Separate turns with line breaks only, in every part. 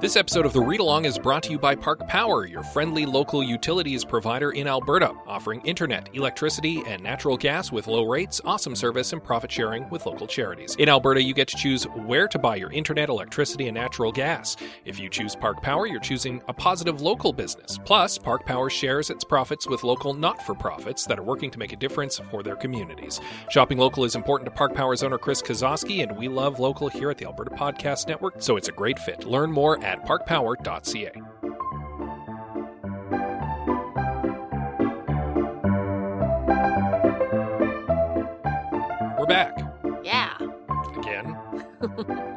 This episode of The Read Along is brought to you by Park Power, your friendly local utilities provider in Alberta, offering internet, electricity, and natural gas with low rates, awesome service, and profit sharing with local charities. In Alberta, you get to choose where to buy your internet, electricity, and natural gas. If you choose Park Power, you're choosing a positive local business. Plus, Park Power shares its profits with local not for profits that are working to make a difference for their communities. Shopping local is important to Park Power's owner, Chris Kozowski, and we love local here at the Alberta Podcast Network, so it's a great fit. Learn more at parkpower.ca. We're back
Yeah.
again.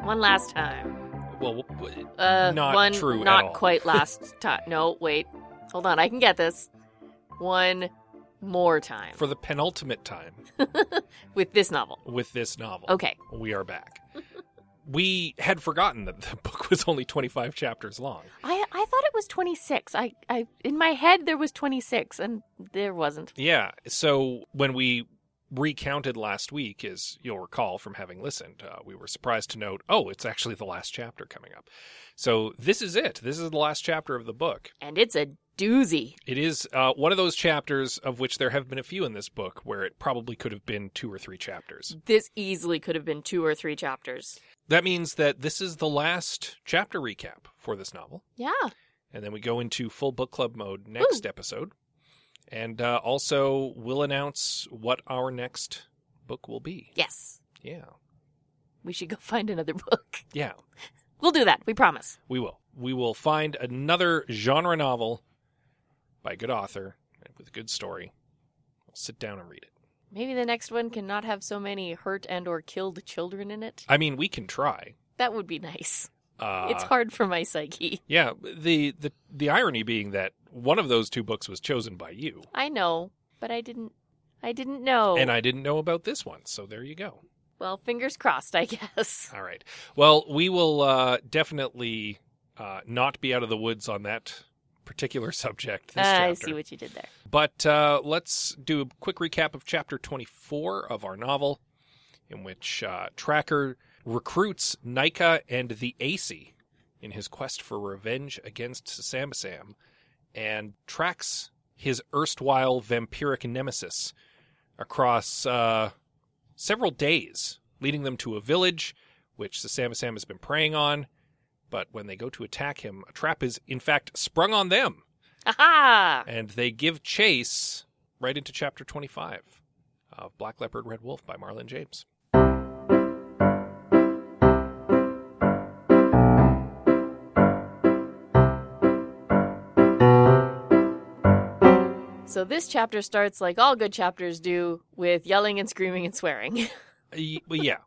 One last time.
Well, w-
Uh,
Not
one,
true at
Not
all.
quite last time. No, wait. Hold on. I can get this. One more time
for the penultimate time
with this novel.
with this novel.
Okay.
We are back. we had forgotten that the book was only 25 chapters long.
I I thought it was 26. I I in my head there was 26 and there wasn't.
Yeah. So when we recounted last week, as you'll recall from having listened, uh, we were surprised to note, oh, it's actually the last chapter coming up. So this is it. This is the last chapter of the book.
And it's a doozy.
It is uh, one of those chapters of which there have been a few in this book where it probably could have been two or three chapters.
This easily could have been two or three chapters.
That means that this is the last chapter recap for this novel.
Yeah.
And then we go into full book club mode next episode. And uh, also, we'll announce what our next book will be.
Yes.
Yeah.
We should go find another book.
Yeah,
We'll do that. We promise.
we will. We will find another genre novel by a good author and with a good story. We'll sit down and read it.
Maybe the next one can not have so many hurt and or killed children in it.
I mean, we can try.
That would be nice.
Uh,
it's hard for my psyche.
Yeah, the, the the irony being that one of those two books was chosen by you,
I know, but I didn't I didn't know.
and I didn't know about this one. So there you go.
well, fingers crossed, I guess.
All right. Well, we will uh, definitely uh, not be out of the woods on that particular subject this
I
chapter.
see what you did there.
But uh, let's do a quick recap of chapter 24 of our novel, in which uh, Tracker recruits Nika and the Aesir in his quest for revenge against Samsam and tracks his erstwhile vampiric nemesis across uh, several days, leading them to a village which Samsam has been preying on. But when they go to attack him, a trap is in fact sprung on them
Aha!
and they give chase right into chapter 25 of Black Leopard, Red Wolf by Marlon James.
So this chapter starts like all good chapters do with yelling and screaming and swearing.
Y- well, yeah.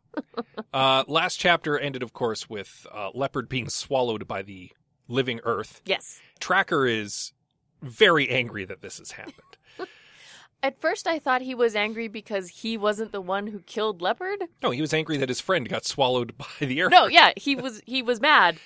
uh, last chapter ended, of course, with uh, Leopard being swallowed by the living earth.
yes.
Tracker is very angry that this has happened.
At first I thought he was angry because he wasn't the one who killed Leopard.
No, he was angry that his friend got swallowed by the earth.
No, yeah, he was he was mad.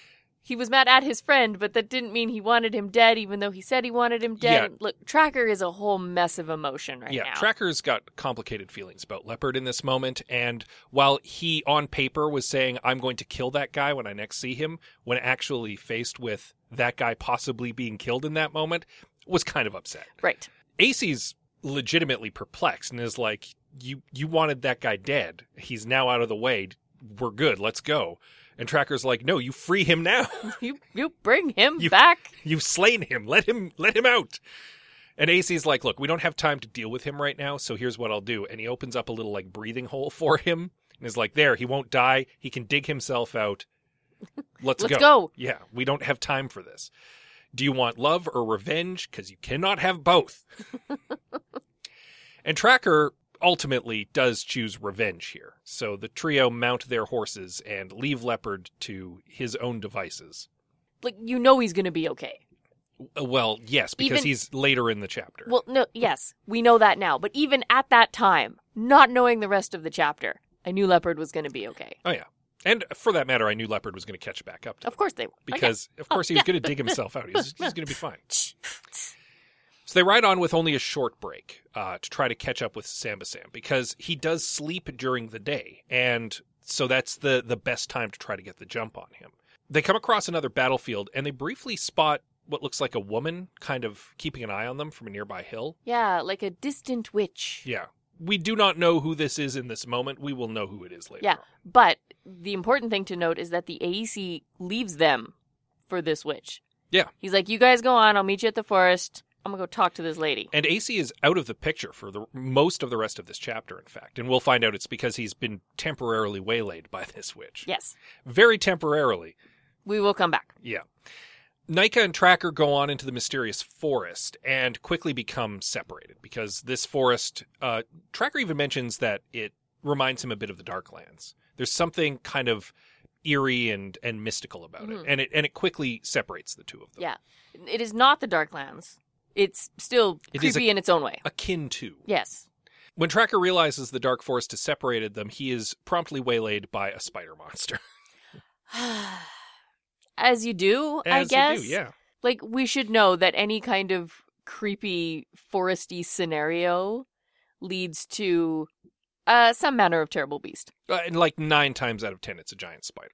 He was mad at his friend, but that didn't mean he wanted him dead, even though he said he wanted him dead. Look, Tracker is a whole mess of emotion right
yeah,
now.
Tracker's got complicated feelings about Leopard in this moment, and while he on paper was saying, I'm going to kill that guy when I next see him, when actually faced with that guy possibly being killed in that moment, was kind of upset.
right.
Acey's legitimately perplexed and is like, You you wanted that guy dead. He's now out of the way. We're good, let's go. And Tracker's like, No, you free him now.
You you bring him
You-
back.
You've slain him. Let him let him out. And AC's like, look, we don't have time to deal with him right now, so here's what I'll do. And he opens up a little like breathing hole for him and is like, there, he won't die. He can dig himself out. Let's,
Let's
go.
go.
Yeah, we don't have time for this. Do you want love or revenge? Because you cannot have both. and Tracker ultimately does choose revenge here. So the trio mount their horses and leave Leopard to his own devices.
Like you know he's gonna be okay.
Uh, Well, yes, because
Even-
he's later in the chapter.
Well, no, yes, we know that now. But even at that time, not knowing the rest of the chapter, I knew Leopard was going to be okay.
oh yeah, and for that matter, I knew Leopard was going to catch back up to
Of
him
course Oh, they were.
because, of course, he was going to dig himself out. He was, he was going to be fine. So they ride on with only a short break uh, to try to catch up with Samba Sam because he does sleep during the day, and so that's the the best time to try to get the jump on him. They come across another battlefield and they briefly spot what looks like a woman kind of keeping an eye on them from a nearby hill.
Yeah, like a distant witch.
Yeah. We do not know who this is in this moment. We will know who it is later.
Yeah.
on.
But the important thing to note is that the AEC leaves them for this witch.
Yeah.
He's like, you guys go on. I'll meet you at the forest. I'm going to go talk to this lady.
And AC is out of the picture for the most of the rest of this chapter, in fact. And we'll find out it's because he's been temporarily waylaid by this witch.
Yes.
Very temporarily.
We will come back.
Yeah. Nika and Tracker go on into the mysterious forest and quickly become separated because this forest, uh, Tracker even mentions that it reminds him a bit of the Darklands. There's something kind of eerie and, and mystical about it.
Mhm.
And it, and it quickly separates the two of them.
Yeah. It is not the Darklands. It's still
It is
creepy in its own way.
Akin to.
Yes.
When Tracker realizes the Dark Forest has separated them, he is promptly waylaid by a spider monster.
As you do, I
As
guess.
You do, yeah.
Like we should know that any kind of creepy foresty scenario leads to uh some manner of terrible beast.
Uh, and like nine times out of ten, it's a giant spider.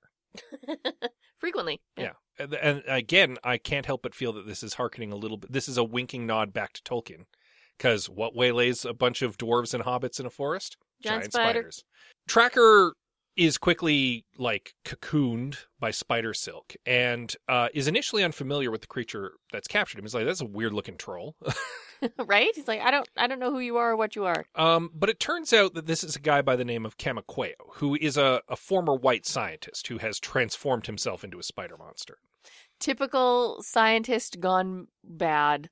Frequently.
Yeah. And, and again, I can't help but feel that this is hearkening a little bit. This is a winking nod back to Tolkien. Because what waylays a bunch of dwarves and hobbits in a forest?
Giant spider.
spiders. Tracker is quickly like cocooned by spider silk and uh, is initially unfamiliar with the creature that's captured him. He's like, that's a weird looking troll.
right? He's like, I don't I don't know who you are or what you are.
Um, but it turns out that this is a guy by the name of Camacueo, who is a, a former white scientist who has transformed himself into a spider monster.
Typical scientist gone bad.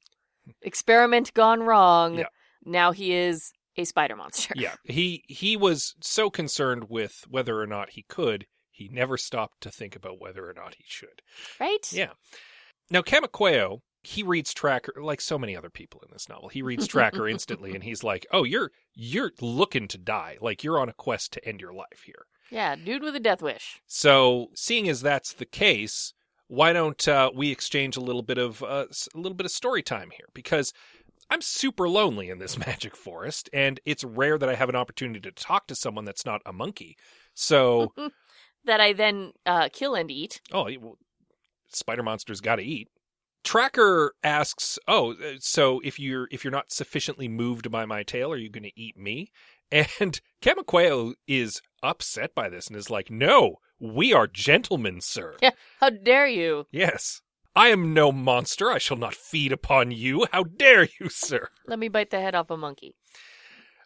Experiment gone wrong.
Yeah.
Now he is a spider monster.
Yeah, he he was so concerned with whether or not he could, he never stopped to think about whether or not he should.
Right?
Yeah. Now Camacueo, he reads Tracker like so many other people in this novel. He reads Tracker instantly, and he's like, "Oh, you're you're looking to die. Like you're on a quest to end your life here."
Yeah, dude with a death wish.
So, seeing as that's the case, why don't uh, we exchange a little bit of uh, s- a little bit of story time here? Because I'm super lonely in this magic forest, and it's rare that I have an opportunity to talk to someone that's not a monkey. So,
That I then uh, kill and eat.
oh, y- well, spider monsters got to eat. Tracker asks, "Oh, uh, so if you're if you're not sufficiently moved by my tail, are you going to eat me?" And Camacueo is upset by this and is like, "No, we are gentlemen, sir."
How dare you?
Yes. I am no monster. I shall not feed upon you. How dare you, sir?
Let me bite the head off a monkey.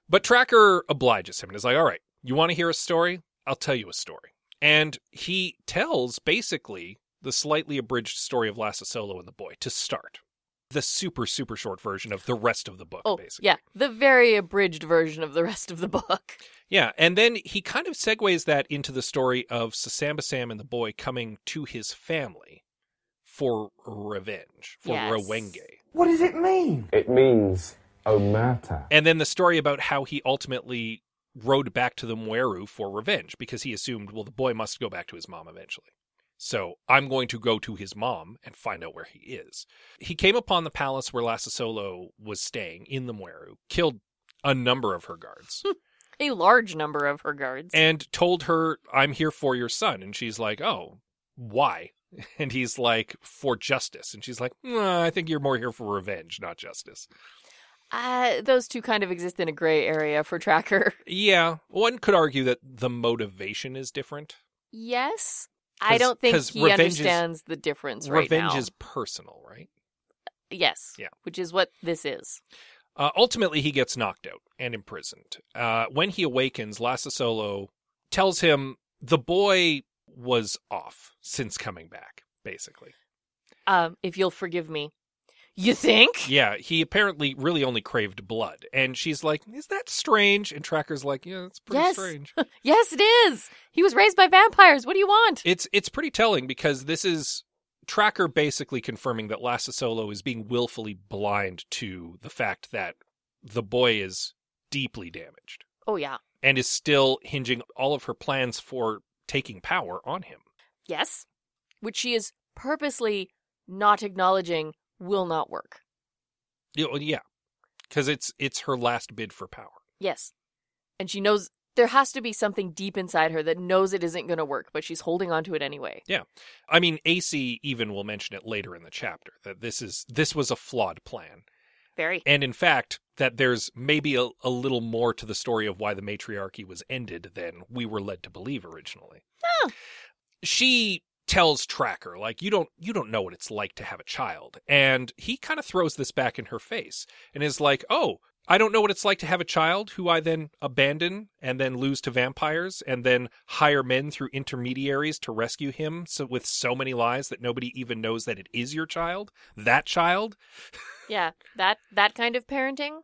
But Tracker obliges him and is like, all right, you want to hear a story? I'll tell you a story. And he tells basically the slightly abridged story of Lassasolo and the boy to start. The super, super short version of the rest of the book,
Oh,
basically.
yeah. The very abridged version of the rest of the book.
Yeah, and then he kind of segues that into the story of Sasamba Sam and the boy coming to his family for revenge, for
Yes.
Rwenge.
What does it mean?
It means omata.
And then the story about how he ultimately rode back to the Mueru for revenge because he assumed, well, the boy must go back to his mom eventually. So I'm going to go to his mom and find out where he is. He came upon the palace where Lassasolo was staying in the Mueru, killed a number of her guards,
A large number of her guards.
and told her, I'm here for your son. And she's like, oh, why? And he's like, for justice. And she's like, "Nah, I think you're more here for revenge, not justice.
Uh, those two kind of exist in a gray area for Tracker.
Yeah, one could argue that the motivation is different.
Yes. I
'Cause-
don't think
'cause
he
revenge is-
understands the difference right
Revenge
now.
is personal, right?
Yes.
Yeah.
Which is what this is.
Uh, ultimately, he gets knocked out and imprisoned. Uh, when he awakens, Lassasolo tells him the boy was off since coming back, basically.
Um, if you'll forgive me. You think?
Yeah, he apparently really only craved blood. And she's like, Is that strange? And Tracker's like, Yeah, that's pretty
Yes.
strange.
Yes, it is. He was raised by vampires. What do you want?
It's it's pretty telling because this is Tracker basically confirming that Lassasolo is being willfully blind to the fact that the boy is deeply damaged
Oh, yeah.
and is still hinging all of her plans for taking power on him.
Yes. Which she is purposely not acknowledging will not work.
You know, Yeah, because it's it's her last bid for power.
Yes. And she knows there has to be something deep inside her that knows it isn't going to work, but she's holding on to it anyway.
I mean, AC even will mention it later in the chapter that this is this was a flawed plan,
Very.
and in fact that there's maybe a, a little more to the story of why the matriarchy was ended than we were led to believe originally.
Oh.
She tells Tracker like you don't you don't know what it's like to have a child, and he kind of throws this back in her face and is like, oh. I don't know what it's like to have a child who I then abandon and then lose to vampires and then hire men through intermediaries to rescue him so with so many lies that nobody even knows that it is your child, that child.
Yeah. That that kind of parenting.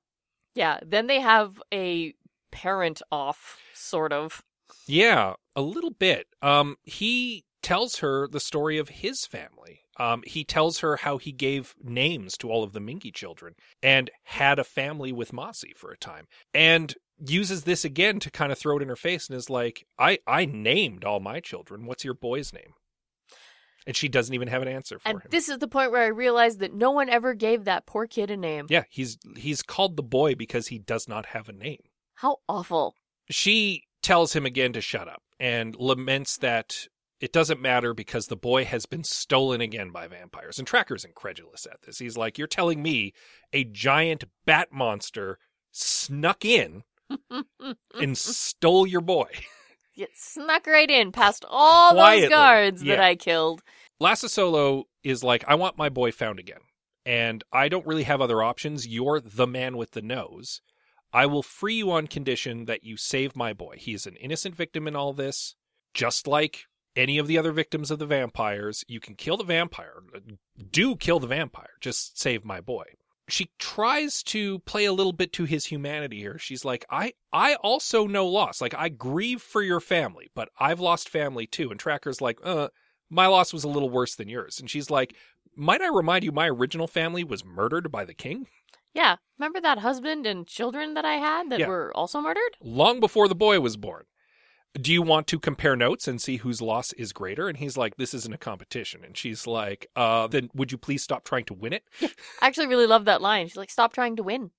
Yeah. Then they have a parent off sort of.
Yeah, a little bit. Um, he tells her the story of his family. Um, he tells her how he gave names to all of the Minky children and had a family with Mossy for a time, and uses this again to kind of throw it in her face and is like, "I I named all my children. What's your boy's name?" And she doesn't even have an answer for
and
him.
this is the point where I realized that no one ever gave that poor kid a name.
yeah, he's he's called the boy because he does not have a name.
How awful.
she tells him again to shut up and laments that it doesn't matter because the boy has been stolen again by vampires. And Tracker's incredulous at this. He's like, You're telling me a giant bat monster snuck in and stole your boy.
It snuck right in past all
Quietly,
those guards
yeah.
that I killed.
Lassasolo is like, I want my boy found again. And I don't really have other options. You're the man with the nose. I will free you on condition that you save my boy. He is an innocent victim in all this, just like any of the other victims of the vampires. You can kill the vampire. Do kill the vampire. Just save my boy. She tries to play a little bit to his humanity here. She's like, I, I also know loss. Like, I grieve for your family, but I've lost family too. And Tracker's like, uh, my loss was a little worse than yours. And she's like, Might I remind you, my original family was murdered by the king
Yeah. Remember that husband and children that I had that
Yeah.
were also murdered?
long before the boy was born. Do you want to compare notes and see whose loss is greater? And he's like, This isn't a competition. And she's like, uh, Then would you please stop trying to win it?
I actually really love that line. She's like, stop trying to win.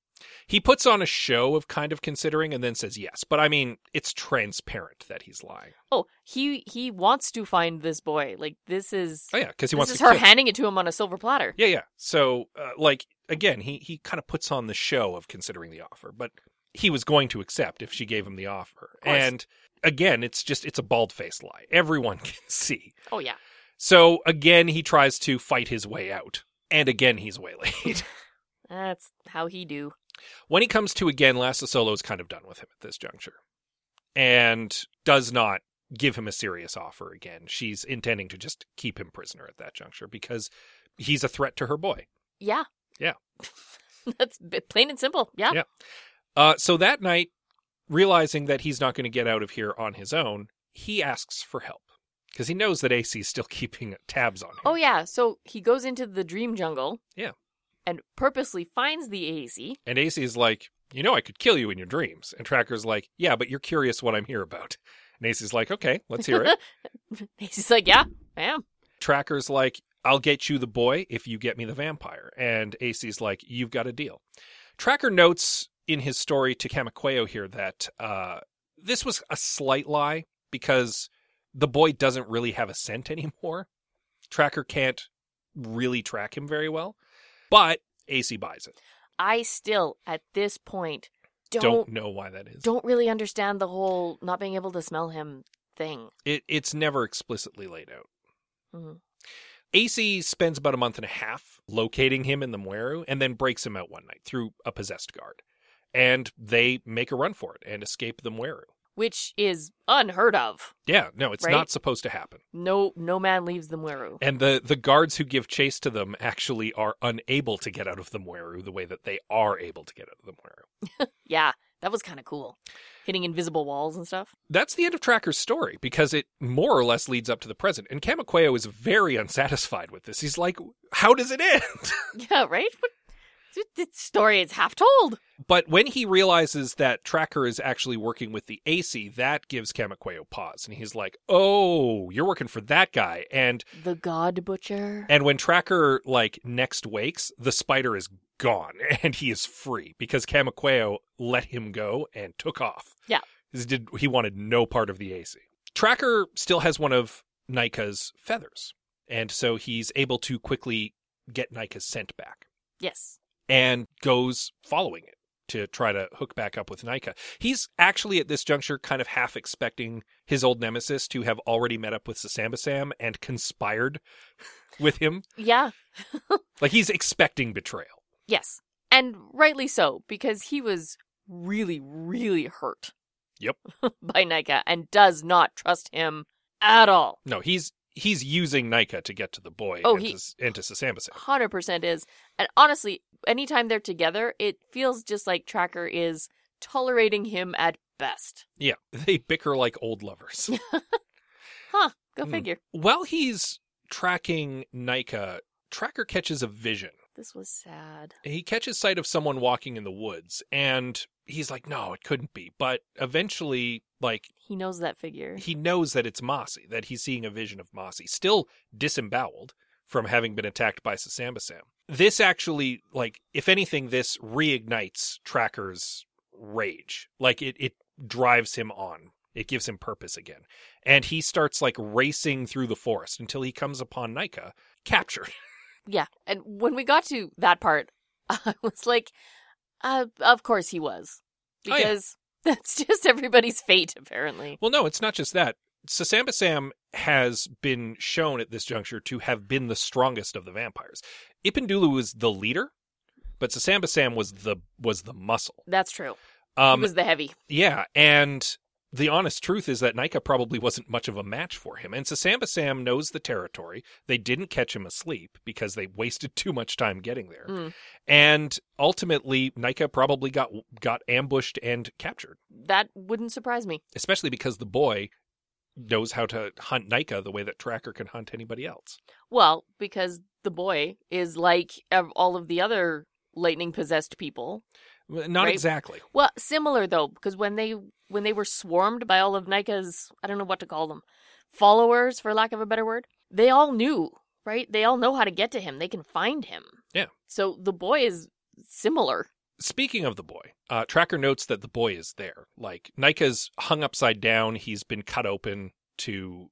He puts on a show of kind of considering and then says yes. But I mean, it's transparent that he's lying.
Oh, he he wants to find this boy. Like this is
Oh, yeah, because he
this
wants
is
to
her
kill-
handing it to him on a silver platter.
Yeah, yeah. So, uh, like, again, he he kind of puts on the show of considering the offer, but he was going to accept if she gave him the offer.
course.
and again, it's just it's a bald faced lie. Everyone can see.
Oh yeah.
So again, he tries to fight his way out, and again, he's waylaid.
That's how he do.
when he comes to again, Lassasolo is kind of done with him at this juncture, and does not give him a serious offer again. She's intending to just keep him prisoner at that juncture because he's a threat to her boy.
Yeah.
Yeah.
That's b- plain and simple. Yeah.
Yeah. Uh, so that night, realizing that he's not going to get out of here on his own, he asks for help because he knows that AC is still keeping tabs on him.
Oh yeah. So he goes into the dream jungle.
Yeah.
And purposely finds the AC.
And AC is like, You know, I could kill you in your dreams. And Tracker's like, Yeah, but you're curious what I'm here about. And AC's like, Okay, let's hear it.
He's like, yeah, I am.
Tracker's like, I'll get you the boy if you get me the vampire. And AC's like, You've got a deal. Tracker notes in his story to Camacueo here that uh, this was a slight lie because the boy doesn't really have a scent anymore. Tracker can't really track him very well, but AC buys it.
I still at this point
Don't,
don't
know why that is.
don't really understand the whole not being able to smell him thing.
It, it's never explicitly laid out.
Mhm.
AC spends about a month and a half locating him in the Mueru and then breaks him out one night through a possessed guard. And they make a run for it and escape the Mueru.
Which is unheard of.
Yeah, no, it's
Right?
not supposed to happen.
No no man leaves the Mueru.
And the, the guards who give chase to them actually are unable to get out of the Mueru the way that they are able to get out of the Mueru.
Yeah, that was kind of cool. hitting invisible walls and stuff.
That's the end of Tracker's story because it more or less leads up to the present. And Camacueo is very unsatisfied with this. He's like, how does it end?
Yeah, right? What? th- th- story is half told.
but when he realizes that Tracker is actually working with the AC, that gives Camacueo pause. And he's like, oh, you're working for that guy. And
The God Butcher.
And when Tracker like next wakes, the spider is gone and he is free because Camacueo let him go and took off.
Yeah.
'Cause He did he wanted no part of the AC. Tracker still has one of Nika's feathers, and so he's able to quickly get Nika's scent back
Yes.
and goes following it to try to hook back up with Nika. He's actually at this juncture kind of half expecting his old nemesis to have already met up with Sasambasam and conspired with him
Yeah.
like he's expecting betrayal.
Yes. And rightly so, because he was really, really hurt.
Yep.
by Nika and does not trust him at all.
No, he's he's using Nika to get to the boy
Oh,
and,
he-
to, S- and to Sasambasam.
100% is. And honestly, anytime they're together, it feels just like Tracker is tolerating him at best.
Yeah, they bicker like old lovers.
Go
Hmm.
figure.
While he's tracking Nika, Tracker catches a vision.
This was sad.
He catches sight of someone walking in the woods and he's like, "No, it couldn't be." But eventually like
He knows that figure.
he knows that it's Mossy, that he's seeing a vision of Mossy, still disemboweled from having been attacked by Sasambasam. This actually, like, if anything, this reignites Tracker's rage. Like, it, it drives him on. It gives him purpose again. And he starts, like, racing through the forest until he comes upon Nika, captured.
Yeah. And when we got to that part, I was like, uh, of course he was.
Oh, yeah.
Because that's just everybody's fate, apparently.
well, no, it's not just that. Sasambasam has been shown at this juncture to have been the strongest of the vampires. Ipindulu was the leader, but Sasambasam was the was the muscle.
That's true.
Um,
he was the heavy.
yeah, and the honest truth is that Nika probably wasn't much of a match for him. And Sasambasam knows the territory. They didn't catch him asleep because they wasted too much time getting there.
Mm.
And ultimately, Nika probably got got ambushed and captured,
That wouldn't surprise me.
especially because the boy knows how to hunt Nika the way that Tracker can hunt anybody else.
Well, because the boy is like of all of the other lightning possessed people.
Not
Right.
exactly.
Well, similar though, because when they when they were swarmed by all of Nika's, I don't know what to call them, followers for lack of a better word, they all knew, right? They all know how to get to him. They can find him.
Yeah.
So the boy is similar.
speaking of the boy, uh, Tracker notes that the boy is there. Like Nika's hung upside down. He's been cut open to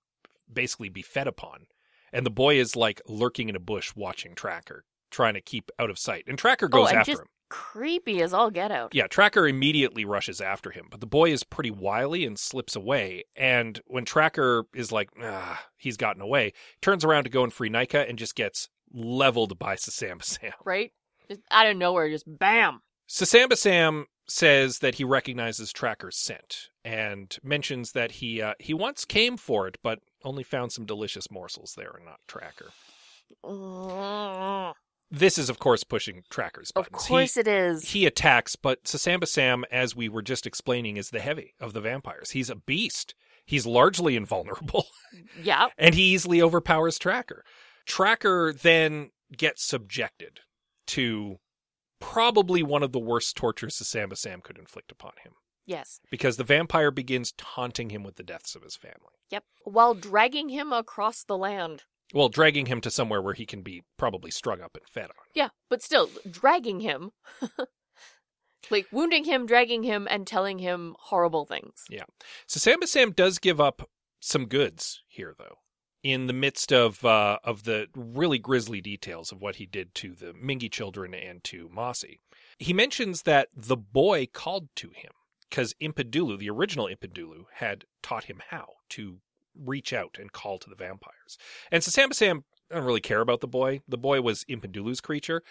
basically be fed upon. And the boy is like lurking in a bush watching Tracker, trying to keep out of sight. And Tracker
Oh,
goes
and
after
just-
him.
Creepy as all get out.
Yeah, Tracker immediately rushes after him, but the boy is pretty wily and slips away. And when Tracker is like, ah, he's gotten away, turns around to go and free Nika and just gets leveled by Sasambasam.
Right? Just out of nowhere, just bam.
Sasambasam says that he recognizes Tracker's scent and mentions that he uh, he once came for it, but only found some delicious morsels there and not Tracker.
Mm,
This is, of course, pushing Tracker's buttons.
Of course it
he,
is.
he attacks, but Sasambasam, as we were just explaining, is the heavy of the vampires. He's a beast. He's largely invulnerable.
Yeah.
and he easily overpowers Tracker. Tracker then gets subjected to probably one of the worst tortures Sasamba Sam could inflict upon him
Yes.
because the vampire begins taunting him with the deaths of his family
Yep. While dragging him across the land.
well, dragging him to somewhere where he can be probably strung up and fed on.
Yeah, but still, dragging him. like, wounding him, dragging him, and telling him horrible things.
Sasamba Sam does give up some goods here though in the midst of uh, of the really grisly details of what he did to the Mingy children and to Mossy. He mentions that the boy called to him because Impadulu, the original Impadulu, had taught him how to reach out and call to the vampires. And Sasambasam doesn't really care about the boy. The boy was Impandulu's creature,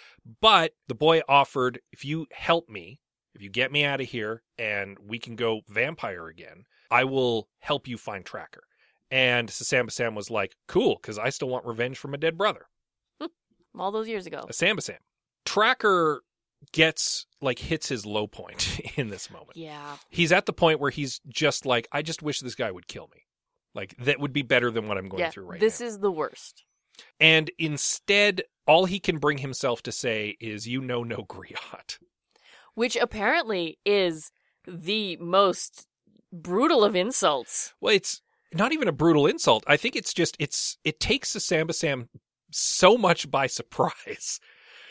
but the boy offered, if you help me, if you get me out of here and we can go vampire again, I will help you find Tracker. And Sasambasam was like, cool, because I still want revenge for my dead brother,
All those years ago.
Sasambasam. Tracker gets like hits his low point in this moment.
Yeah.
He's at the point where he's just like, I just wish this guy would kill me. Like that would be better than what I'm going
yeah.
through right
this
now.
is the worst.
and instead, all he can bring himself to say is, "You know, no griot."
Which apparently is the most brutal of insults.
Well, it's not even a brutal insult. I think it's just it's it takes the Samba Sam so much by surprise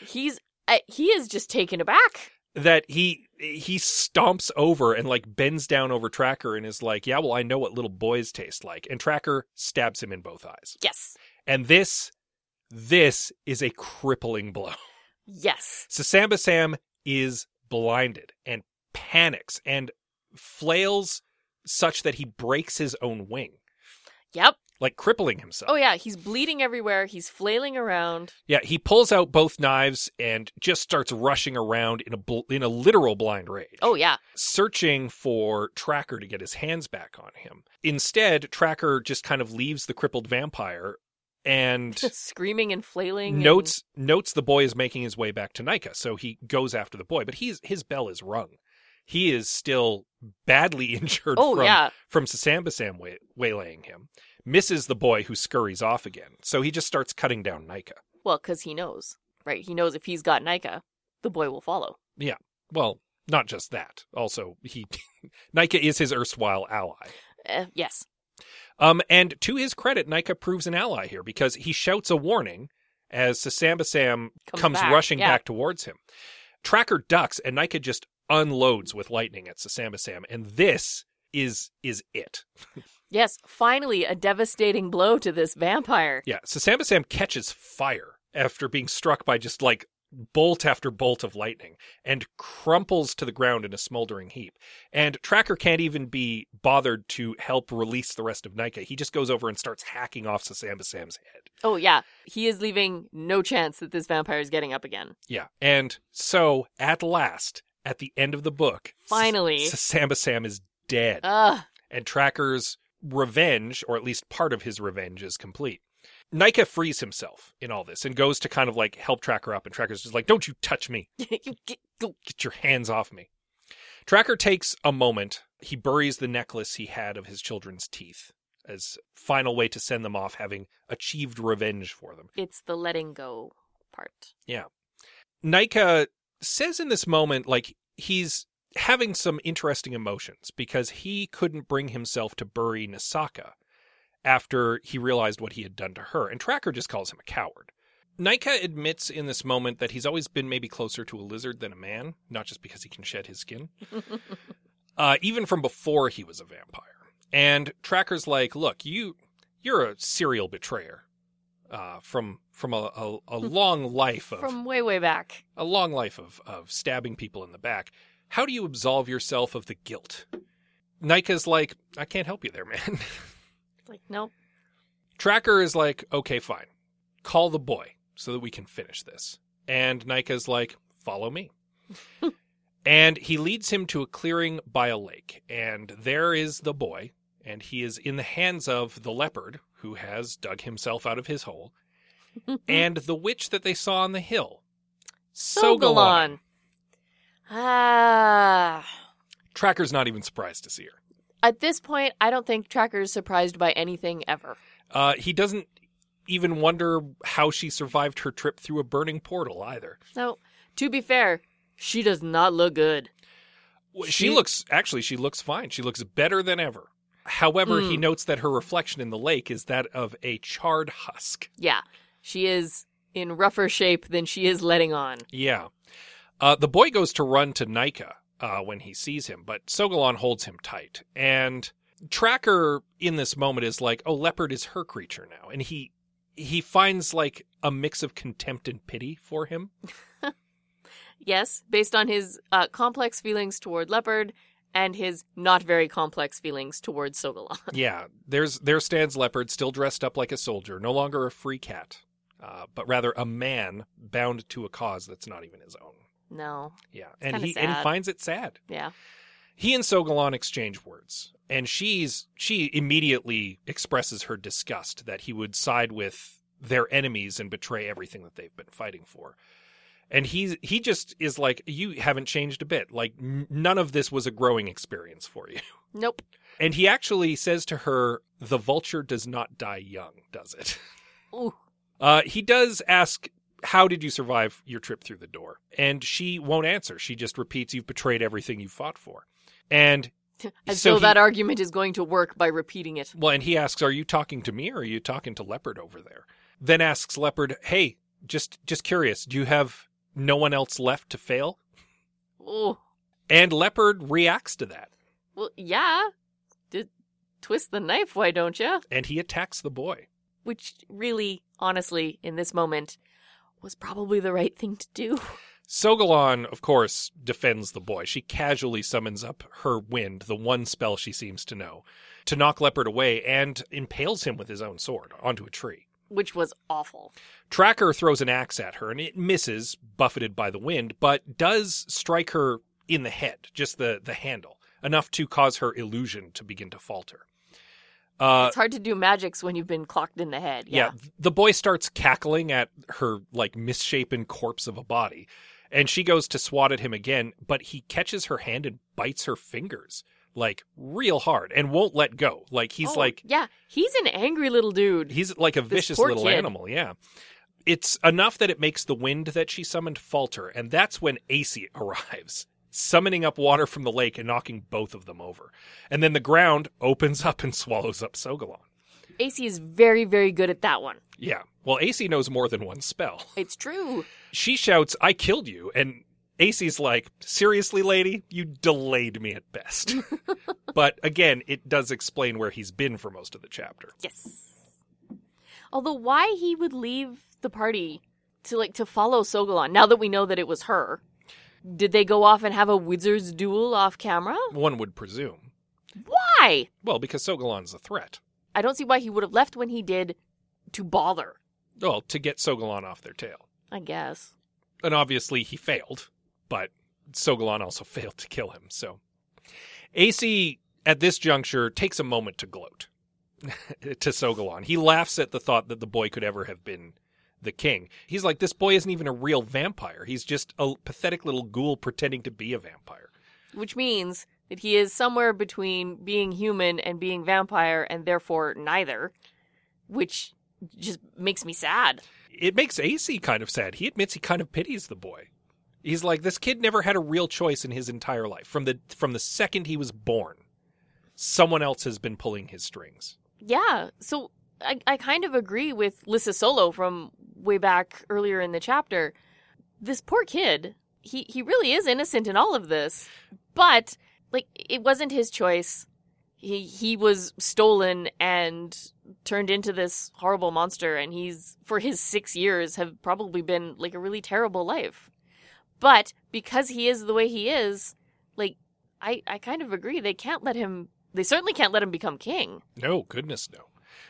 He's uh, he is just taken aback.
that he he stomps over and like bends down over Tracker and is like, "Yeah, well, I know what little boys taste like." And Tracker stabs him in both eyes.
Yes.
And this this is a crippling blow.
Yes.
Sasamba Sam is blinded and panics and flails such that he breaks his own wing,
Yep.
like crippling himself.
Oh yeah, he's bleeding everywhere. He's flailing around.
Yeah, he pulls out both knives and just starts rushing around in a bl- in a literal blind rage.
Oh yeah.
searching for Tracker to get his hands back on him. Instead, Tracker just kind of leaves the crippled vampire and
Screaming and flailing. and-
notes notes the boy is making his way back to Nika, so he goes after the boy, but he's his bell is rung. He is still badly injured
Oh
from
yeah.
from Sasambasam way, waylaying him. Misses the boy who scurries off again. So he just starts cutting down Nika.
Well, cuz he knows. Right? He knows if he's got Nika, the boy will follow.
Well, not just that. Also, he Nika is his erstwhile ally.
Uh, yes.
Um, and to his credit, Nika proves an ally here because he shouts a warning as Sasambasam comes,
Comes back,
rushing
yeah.
back towards him. Tracker ducks, and Nika just unloads with lightning at Sasambasam, and this is is it.
Yes, finally a devastating blow to this vampire.
Yeah, Sasambasam catches fire after being struck by just like bolt after bolt of lightning and crumples to the ground in a smoldering heap. And Tracker can't even be bothered to help release the rest of Nika. He just goes over and starts hacking off Sasambasam's head.
Oh yeah, he is leaving no chance that this vampire is getting up again.
Yeah. And so at last, at the end of the book,
Finally. Uh.
S- Samba Sam is dead.
Ugh.
and Tracker's revenge, or at least part of his revenge, is complete. Nika frees himself in all this and goes to kind of like help Tracker up. And Tracker's just like, don't you touch me.
You get- go-
Get your hands off me. Tracker takes a moment. He buries the necklace he had of his children's teeth as final way to send them off, having achieved revenge for them.
it's the letting go part.
Nika says in this moment, like, he's having some interesting emotions because he couldn't bring himself to bury Nasaka after he realized what he had done to her. And Tracker just calls him a coward. Nika admits in this moment that he's always been maybe closer to a lizard than a man, not just because he can shed his skin, uh, even from before he was a vampire. And Tracker's like, "Look, you, you're a serial betrayer uh, from from a, a, a long life of
From way way back.
a long life of, of stabbing people in the back. How do you absolve yourself of the guilt? Nika's like, I can't help you there, man.
It's Like nope.
Tracker is like, okay, fine. Call the boy so that we can finish this. And Nika's like, follow me. and he leads him to a clearing by a lake. And there is the boy. And he is in the hands of the leopard, who has dug himself out of his hole,
Hmm.
and the witch that they saw on the hill. Sogalon.
Sogalon. Ah.
Tracker's not even surprised to see her.
At this point, I don't think Tracker is surprised by anything ever.
Uh, he doesn't even wonder how she survived her trip through a burning portal either.
So, to be fair, she does not look good.
Well, She,
She-
looks actually she looks fine. She looks better than ever. However, he notes that her reflection in the lake is that of a charred husk.
Yeah, she is in rougher shape than she is letting on.
Yeah. Uh, the boy goes to run to Nika uh, when he sees him, but Sogolon holds him tight. And Tracker in this moment is like, "Oh, leopard is her creature now," and he he finds like a mix of contempt and pity for him.
Yes, based on his uh, complex feelings toward Leopard and his not very complex feelings toward Sogalon.
yeah, there's there stands Leopard, still dressed up like a soldier, no longer a free cat, uh, but rather a man bound to a cause that's not even his own.
no,
Yeah, and
kinda
he and he
sad.
finds it sad.
yeah,
He and Sogolon exchange words, and she's she immediately expresses her disgust that he would side with their enemies and betray everything that they've been fighting for. and he's he just is like you haven't changed a bit like n- none of this was a growing experience for you
Nope.
and he actually says to her the vulture does not die young does it
Ooh.
uh, he does ask how did you survive your trip through the door and she won't answer she just repeats you've betrayed everything you fought for and
I
So
feel
he-
that argument is going to work by repeating it.
well and he asks are you talking to me or are you talking to leopard over there then asks leopard hey just just curious do you have no one else left to fail
Ooh.
and leopard reacts to that
Well, yeah. Did twist the knife, why don't you?
and he attacks the boy.
Which really, honestly, in this moment, was probably the right thing to do.
Sogolon, of course, defends the boy. She casually summons up her wind, the one spell she seems to know, to knock Leopard away and impales him with his own sword onto a tree.
Which was awful.
Tracker throws an axe at her and it misses, buffeted by the wind, but does strike her in the head, just the, the handle, enough to cause her illusion to begin to falter. Uh,
it's hard to do magics when you've been clocked in the head.
yeah.
Yeah.
th- the boy starts cackling at her like misshapen corpse of a body and she goes to swat at him again but he catches her hand and bites her fingers like real hard and won't let go like he's
Oh,
like
yeah, he's an angry little dude.
he's like a
This
vicious
poor
little
kid.
animal yeah it's enough that it makes the wind that she summoned falter and that's when Aesir arrives summoning up water from the lake and knocking both of them over and then the ground opens up and swallows up Sogolon
AC is very, very good at that one.
yeah well Aesir knows more than one spell
It's true.
she shouts, I killed you. And Acey's like, Seriously, lady, you delayed me at best. but again, it does explain where he's been for most of the chapter.
Yes. Although why he would leave the party to like to follow Sogolon now that we know that it was her. Did they go off and have a wizard's duel off camera?
One would presume.
Why?
Well, because Sogolon's a threat.
I don't see why he would have left when he did to bother,
Well, to get Sogolon off their tail.
I guess.
And obviously, he failed, but Sogolon also failed to kill him. So Acey, at this juncture, takes a moment to gloat to Sogolon. He laughs at the thought that the boy could ever have been the king. He's like, this boy isn't even a real vampire. He's just a pathetic little ghoul pretending to be a vampire.
Which means that he is somewhere between being human and being vampire and therefore neither, which just makes me sad.
It makes Acey kind of sad. He admits he kind of pities the boy. He's like, this kid never had a real choice in his entire life. From the from the second he was born, someone else has been pulling his strings.
Yeah. So I, I kind of agree with Lissa Solo from way back earlier in the chapter. This poor kid, he, he really is innocent in all of this, but like it wasn't his choice. He he was stolen and turned into this horrible monster, and he's for his six years have probably been like a really terrible life. But because he is the way he is, like I I kind of agree. They can't let him. They certainly can't let him become king.
No, goodness no.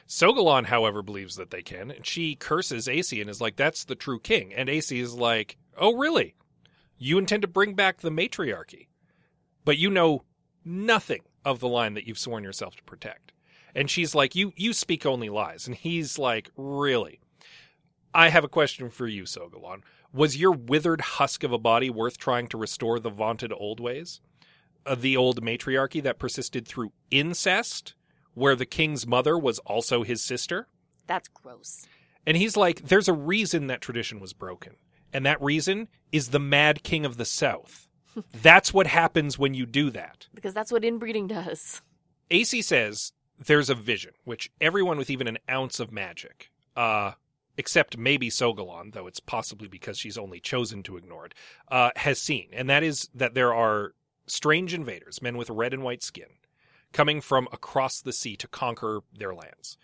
Sogolon, however, believes that they can, and she curses Aesir and is like, that's the true king. And Aesir is like, oh, really? You intend to bring back the matriarchy, but you know nothing of the line that you've sworn yourself to protect. And she's like, you, you speak only lies. And he's like, really? I have a question for you, Sogolon. Was your withered husk of a body worth trying to restore the vaunted old ways? Uh, the old matriarchy that persisted through incest? where the king's mother was also his sister.
That's gross.
And he's like, there's a reason that tradition was broken. And that reason is the mad king of the south. That's what happens when you do that.
Because that's what inbreeding does.
AC says there's a vision, which everyone with even an ounce of magic, uh, except maybe Sogolon, though it's possibly because she's only chosen to ignore it, uh, has seen. And that is that there are strange invaders, men with red and white skin, coming from across the sea to conquer their lands.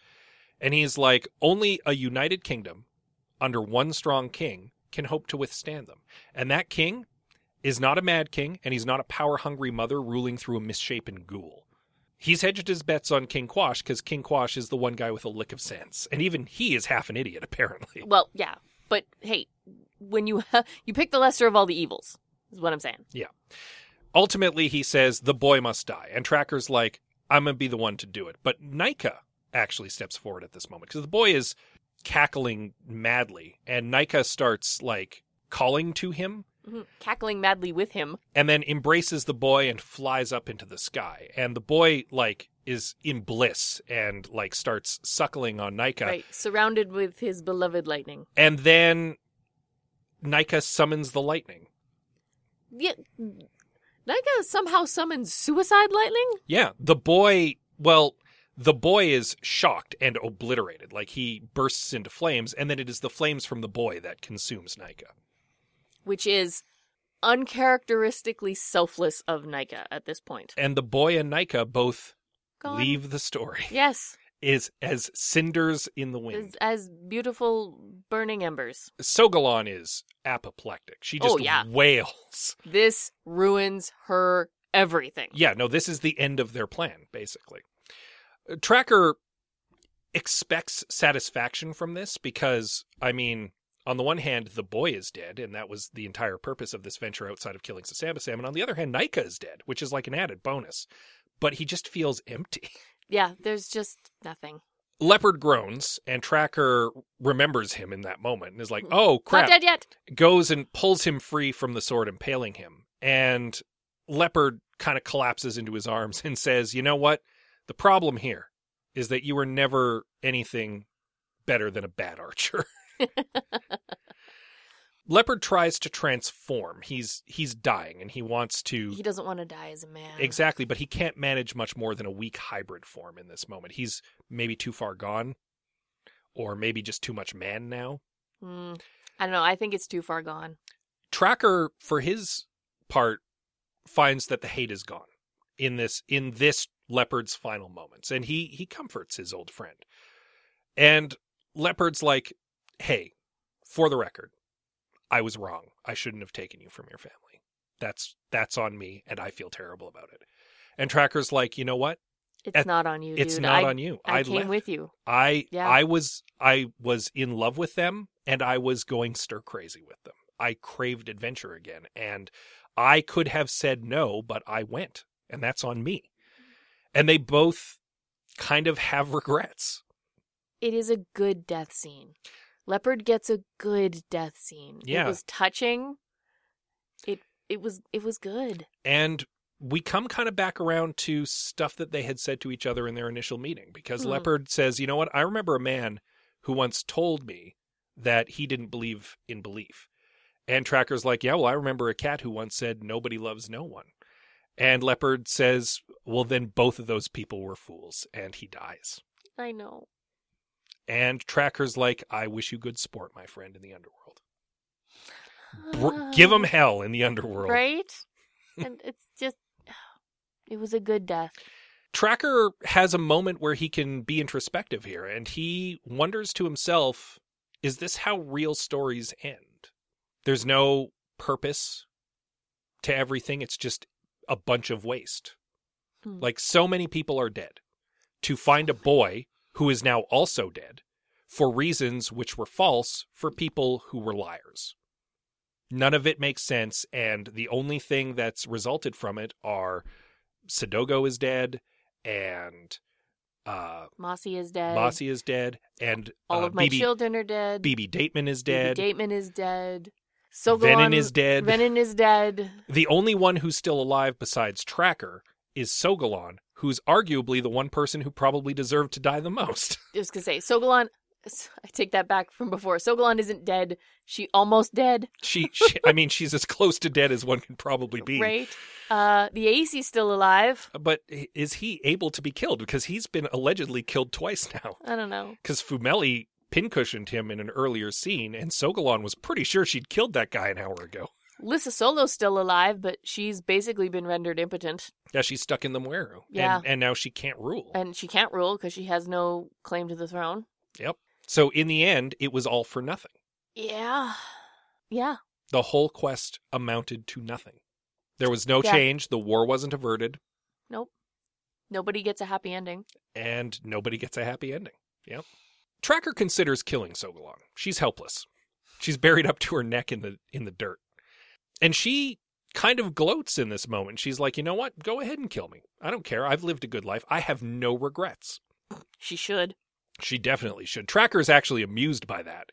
And he's like, only a united kingdom under one strong king can hope to withstand them. And that king is not a mad king, and he's not a power hungry mother ruling through a misshapen ghoul he's hedged his bets on King Quash because King Quash is the one guy with a lick of sense, and even he is half an idiot apparently.
Well, yeah, but hey, when you you pick the lesser of all the evils, is what I'm saying.
Ultimately, he says the boy must die, and Tracker's like, "I'm gonna be the one to do it." But Nika actually steps forward at this moment because the boy is cackling madly, and Nika starts like calling to him,
Mhm. cackling madly with him.
and then embraces the boy and flies up into the sky. And the boy, like, is in bliss and, like, starts suckling on Nika.
Right, surrounded with his beloved lightning.
And then Nika summons the lightning.
Yeah, Nika somehow summons suicide lightning.
Yeah, the boy, well, the boy is shocked and obliterated. Like he bursts into flames, and then it is the flames from the boy that consumes Nika.
which is uncharacteristically selfless of Nika at this point.
And the boy and Nika both
Gone.
leave the story
Yes,
is as cinders in the
as,
wind.
as beautiful burning embers.
Sogalon is apoplectic. She just
Oh, yeah.
wails.
This ruins her everything.
Yeah, no, this is the end of their plan, basically. Uh, Tracker expects satisfaction from this because, I mean, on the one hand, the boy is dead, and that was the entire purpose of this venture outside of killing Sasambasam. And on the other hand, Nika is dead, which is like an added bonus. But he just feels empty.
Yeah, there's just nothing.
Leopard groans, and Tracker remembers him in that moment and is like, oh,
Not
crap
dead yet.
goes and pulls him free from the sword impaling him. And Leopard kind of collapses into his arms and says, You know what? The problem here is that you were never anything better than a bad archer. Leopard tries to transform. He's he's dying and he wants to
He doesn't want to die as a man.
Exactly, but he can't manage much more than a weak hybrid form in this moment. He's maybe too far gone or maybe just too much man now.
Mm, I don't know. I think it's too far gone.
Tracker, for his part, finds that the hate is gone in this in this leopard's final moments, and he he comforts his old friend. And leopard's like, "Hey, for the record, I was wrong. I shouldn't have taken you from your family. That's that's on me, and I feel terrible about it." And Tracker's like, "You know what?
It's
At-
not on you,
it's
dude.
not
I,
on you.
I, came
left.
with you.
I
Yeah.
I was I was in love with them and I was going stir crazy with them. I craved adventure again and I could have said no, but I went and that's on me. And they both kind of have regrets.
It is a good death scene. Leopard gets a good death scene.
Yeah.
It was touching. It it was it was good.
And we come kind of back around to stuff that they had said to each other in their initial meeting because
Hmm.
Leopard says, "You know what? I remember a man who once told me that he didn't believe in belief." And Tracker's like, "Yeah, well, I remember a cat who once said nobody loves no one." And Leopard says, "Well, then both of those people were fools." And he dies.
I know.
And Tracker's like, "I wish you good sport, my friend in the underworld. Br- give
Ah.
'em hell in the underworld."
right. and it's just, it was a good death.
Tracker has a moment where he can be introspective here, and he wonders to himself, is this how real stories end? There's no purpose to everything, it's just a bunch of waste.
Hmm.
Like, so many people are dead. To find a boy who is now also dead for reasons which were false for people who were liars. None of it makes sense, and the only thing that's resulted from it are Sadogo is dead, and uh,
Mossy is dead.
Mossy is dead, and
All
uh,
of my
BB,
children are dead.
BB Dateman is
Baby
dead.
Dateman is dead. So
Venon is dead.
Venon is dead.
The only one who's still alive besides Tracker is Sogalon, who's arguably the one person who probably deserved to die the most.
I was gonna say Sogalon. I take that back from before. Sogalon isn't dead. She almost dead,
she, she, I mean, she's as close to dead as one can probably be.
right? Uh, the Ace is still alive.
But is he able to be killed? Because he's been allegedly killed twice now.
I don't know.
Because Fumeli pincushioned him in an earlier scene, and Sogalon was pretty sure she'd killed that guy an hour ago.
Lissa Solo's still alive, but she's basically been rendered impotent,
Yeah, she's stuck in the Mueru.
Yeah.
And, and now she can't rule.
and she can't rule because she has no claim to the throne.
so in the end, it was all for nothing.
Yeah. Yeah.
The whole quest amounted to nothing. There was no
Yeah.
change. The war wasn't averted,
Nobody gets a happy ending.
and nobody gets a happy ending. Yep. Tracker considers killing Sogalon. She's helpless. She's buried up to her neck in the in the dirt. And she kind of gloats in this moment. She's like, "You know what? Go ahead and kill me. I don't care. I've lived a good life. I have no regrets."
She should.
She definitely should. Tracker's actually amused by that.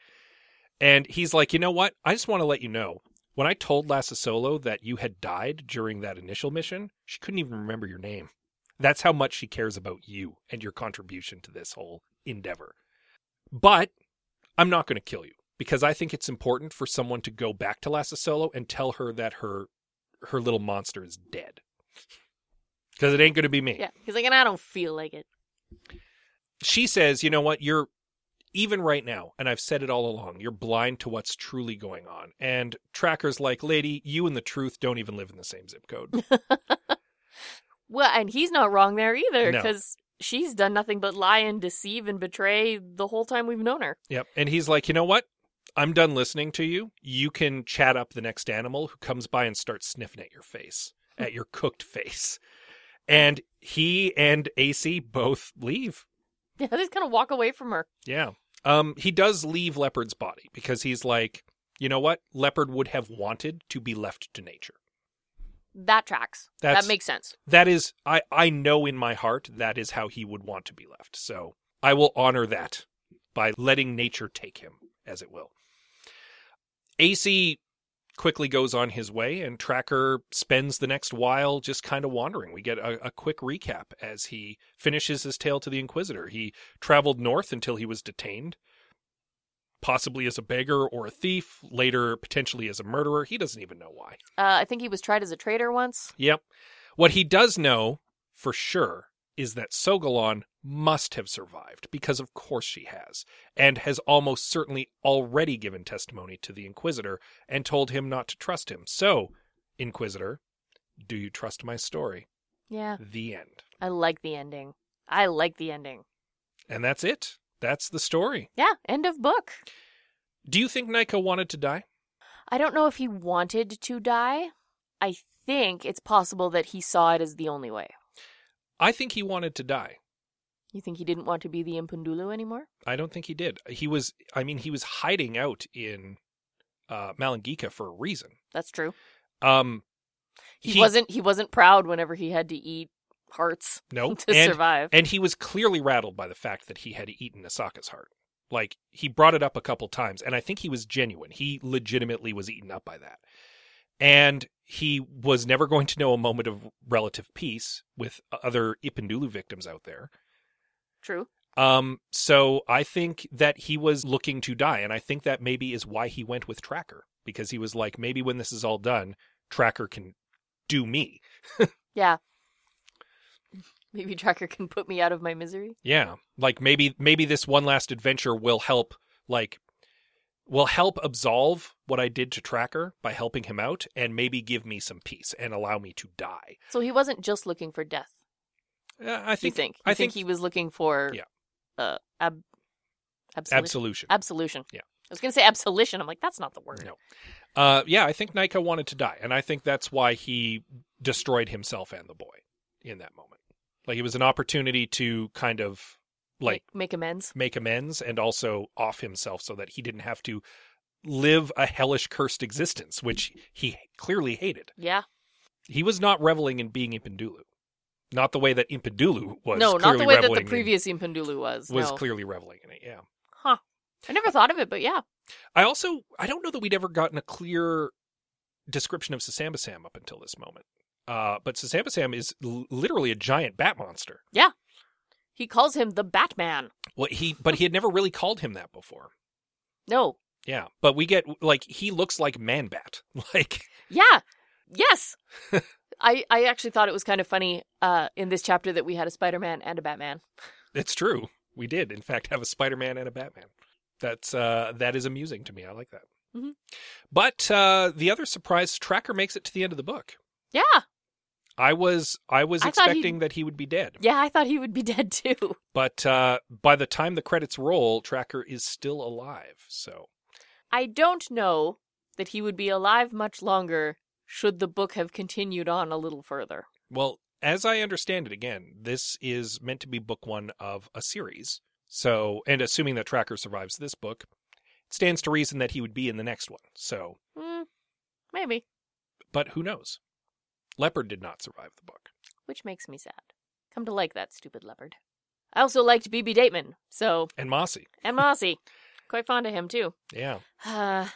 And he's like, you know what? I just want to let you know. When I told Lassa Solo that you had died during that initial mission, she couldn't even remember your name. That's how much she cares about you and your contribution to this whole endeavor. But I'm not going to kill you because I think it's important for someone to go back to Lassa Solo and tell her that her her little monster is dead. Because it ain't going to be me
Yeah. He's like, and I don't feel like it.
she says, you know what, you're even right now, and I've said it all along, you're blind to what's truly going on. And Tracker's like, lady, you and the truth don't even live in the same zip code.
Well, and he's not wrong there either
No.
because she's done nothing but lie and deceive and betray the whole time we've known her.
yep. And he's like, you know what? I'm done listening to you. You can chat up the next animal who comes by and starts sniffing at your face, at your cooked face. And he and AC both leave.
Yeah, they just kind of walk away from her.
Yeah. Um, he does leave Leopard's body because he's like, you know what? Leopard would have wanted to be left to nature.
That tracks.
That's-
that makes sense.
that is I I know in my heart that is how he would want to be left. So I will honor that by letting nature take him as it will. AC quickly goes on his way and Tracker spends the next while just kind of wandering. We get a, a quick recap as he finishes his tale to the Inquisitor. He traveled north until he was detained. Possibly as a beggar or a thief, later potentially as a murderer. He doesn't even know why.
Uh, I think he was tried as a traitor once.
Yep. What he does know for sure is that Sogolon must have survived because of course she has and has almost certainly already given testimony to the inquisitor and told him not to trust him. So, inquisitor, do you trust my story?
Yeah.
The end.
I like the ending. I like the ending.
And that's it. That's the story.
Yeah, end of book.
Do you think Nika wanted to die?
I don't know if he wanted to die. I think it's possible that he saw it as the only way.
I think he wanted to die.
You think he didn't want to be the Impundulu anymore?
I don't think he did. He was I mean he was hiding out in uh Malangika for a reason.
That's true.
Um
He, wasn't he wasn't proud whenever he had to eat hearts
No,
to
and,
survive.
and he was clearly rattled by the fact that he had eaten Asaka's heart. Like he brought it up a couple times, and I think he was genuine. He legitimately was eaten up by that, and he was never going to know a moment of relative peace with other Ipindulu victims out there.
True.
Um, so I think that he was looking to die, and I think that maybe is why he went with Tracker because he was like, maybe when this is all done, Tracker can do me.
Yeah. Maybe Tracker can put me out of my misery.
Yeah. Like maybe maybe this one last adventure will help like will help absolve what I did to Tracker by helping him out and maybe give me some peace and allow me to die.
So he wasn't just looking for death.
Uh, I
You
think
think?
I
You think,
think-
he was looking for
Yeah.
uh ab- absolution.
absolution.
absolution.
Yeah.
I was gonna say absolution. I'm like, that's not the word.
No. Uh yeah, I think Nika wanted to die and I think that's why he destroyed himself and the boy in that moment. Like it was an opportunity to kind of like
make, make amends.
make amends and also off himself so that he didn't have to live a hellish cursed existence which he clearly hated.
Yeah.
he was not reveling in being Impindulu. Not the way that Impindulu was.
no,
clearly
not the way that
reveling
the
in-
previous Impundulu was.
was
no.
clearly reveling in it. Yeah.
Huh. I never thought of it, but yeah.
I also I don't know that we'd ever gotten a clear description of Sasambasam up until this moment. Uh, but Sasambasam is l- literally a giant bat monster.
He calls him the Batman.
Well, he but he had never really called him that before.
No.
Yeah, but we get like he looks like man bat. Like
Yeah. Yes. I, I actually thought it was kind of funny uh, in this chapter that we had a Spider Man and a Batman.
it's true. We did in fact have a Spider Man and a Batman. That's uh, that is amusing to me. I like that.
Mhm.
But uh, the other surprise, Tracker makes it to the end of the book.
Yeah.
I was I was
I thought he-
expecting that he would be dead,
Yeah, I thought he would be dead too.
but uh, by the time the credits roll, Tracker is still alive. So
I don't know that he would be alive much longer should the book have continued on a little further.
Well, as I understand it, again, this is meant to be book one of a series. So, and assuming that Tracker survives this book, it stands to reason that he would be in the next one. So,
Hmm, maybe.
but who knows? Leopard did not survive the book.
Which makes me sad. Come to like that stupid leopard. I also liked BB Dateman, so,
And Mossy.
and Mossy. Quite fond of him too.
Yeah.
Uh,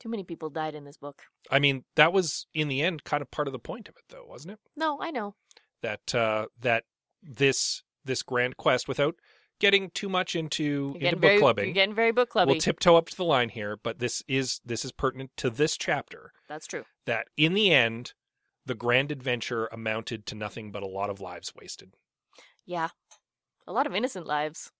too many people died in this book.
I mean, that was in the end kind of part of the point of it though, wasn't it?
No, I know.
That uh that this this grand quest without getting too much into
You're
into
getting
book
very,
clubbing.
You're getting very book clubby.
We'll tiptoe up to the line here, but this is this is pertinent to this chapter
That's true.
that in the end the grand adventure amounted to nothing but a lot of lives wasted.
Yeah, a lot of innocent lives,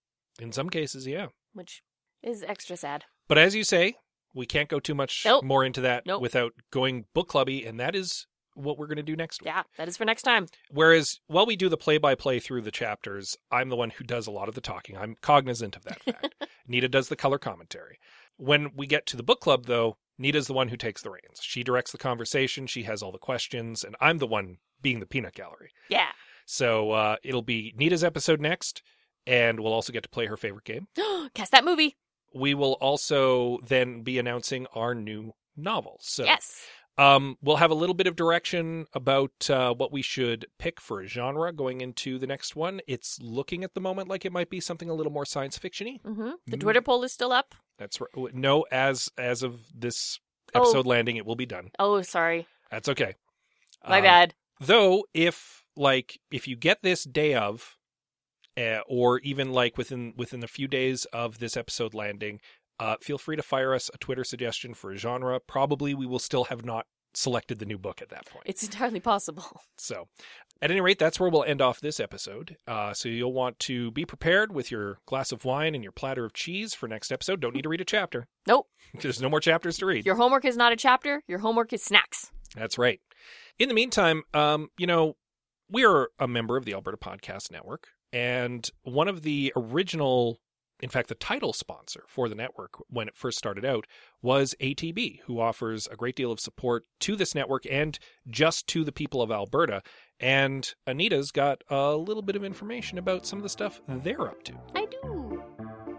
In some cases, yeah.
which is extra sad.
But as you say, we can't go too much
Nope.
more into that
Nope.
without going book clubby, and that is what we're going to do next week.
Yeah, that is for next time.
Whereas while we do the play by play through the chapters, I'm the one who does a lot of the talking. I'm cognizant of that fact. Nita does the color commentary. When we get to the book club, though, Nita's the one who takes the reins. She directs the conversation, she has all the questions, and I'm the one being the peanut gallery.
Yeah.
So uh, it'll be Nita's episode next, and we'll also get to play her favorite game.
Cast that movie.
We will also then be announcing our new novel. So
Yes.
um, we'll have a little bit of direction about uh, what we should pick for a genre going into the next one. It's looking at the moment like it might be something a little more science fictiony.
hmm The
Mm.
Twitter poll is still up.
That's right. No, as as of this
Oh.
episode landing, it will be done.
Oh, sorry.
That's okay.
My
Um,
bad.
Though, if like if you get this day of, uh, or even like within within a few days of this episode landing, uh, feel free to fire us a Twitter suggestion for a genre. Probably we will still have not selected the new book at that point.
It's entirely possible.
So, at any rate, that's where we'll end off this episode. Uh, so, you'll want to be prepared with your glass of wine and your platter of cheese for next episode. Don't need to read a chapter.
Nope.
There's no more chapters to read.
Your homework is not a chapter. Your homework is snacks.
That's right. In the meantime, um, you know, we are a member of the Alberta Podcast Network, and one of the original, in fact, the title sponsor for the network when it first started out was ATB, who offers a great deal of support to this network and just to the people of Alberta. And Anita's got a little bit of information about some of the stuff they're up to.
I do.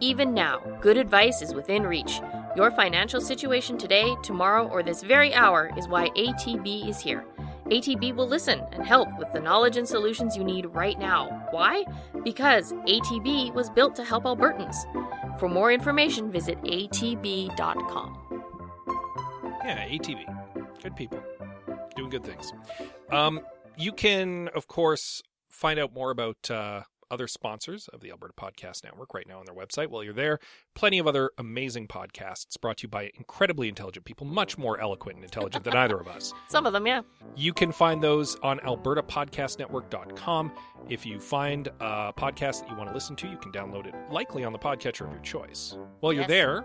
Even now, good advice is within reach. Your financial situation today, tomorrow, or this very hour is why ATB is here. ATB will listen and help with the knowledge and solutions you need right now. Why? Because ATB was built to help Albertans. For more information, visit atb.com.
Yeah, ATV. Good people. Doing good things. Um, you can, of course, find out more about uh, other sponsors of the Alberta Podcast Network right now on their website. While you're there, plenty of other amazing podcasts brought to you by incredibly intelligent people, much more eloquent and intelligent than either of us.
Some of them, yeah.
You can find those on albertapodcastnetwork.com. If you find a podcast that you want to listen to, you can download it likely on the podcatcher of your choice. While you're
Yes.
there,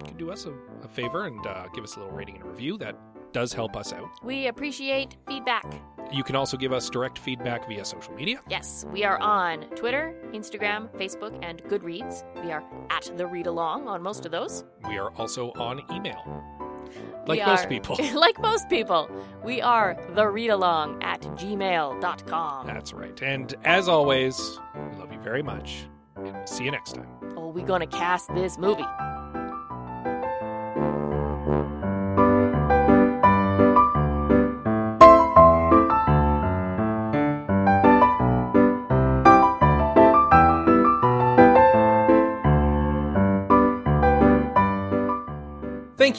you can do us a, a favor and uh, give us a little rating and review. That does help us out.
We appreciate feedback.
You can also give us direct feedback via social media.
Yes, we are on Twitter, Instagram, Facebook, and Goodreads. We are at the read along on most of those.
We are also on email, like
We
most
are-
people.
like most people. We are the readalong at gmail.com.
That's right. And as always, we love you very much, and we'll see you next time.
Oh, we gonna cast this movie.
Thank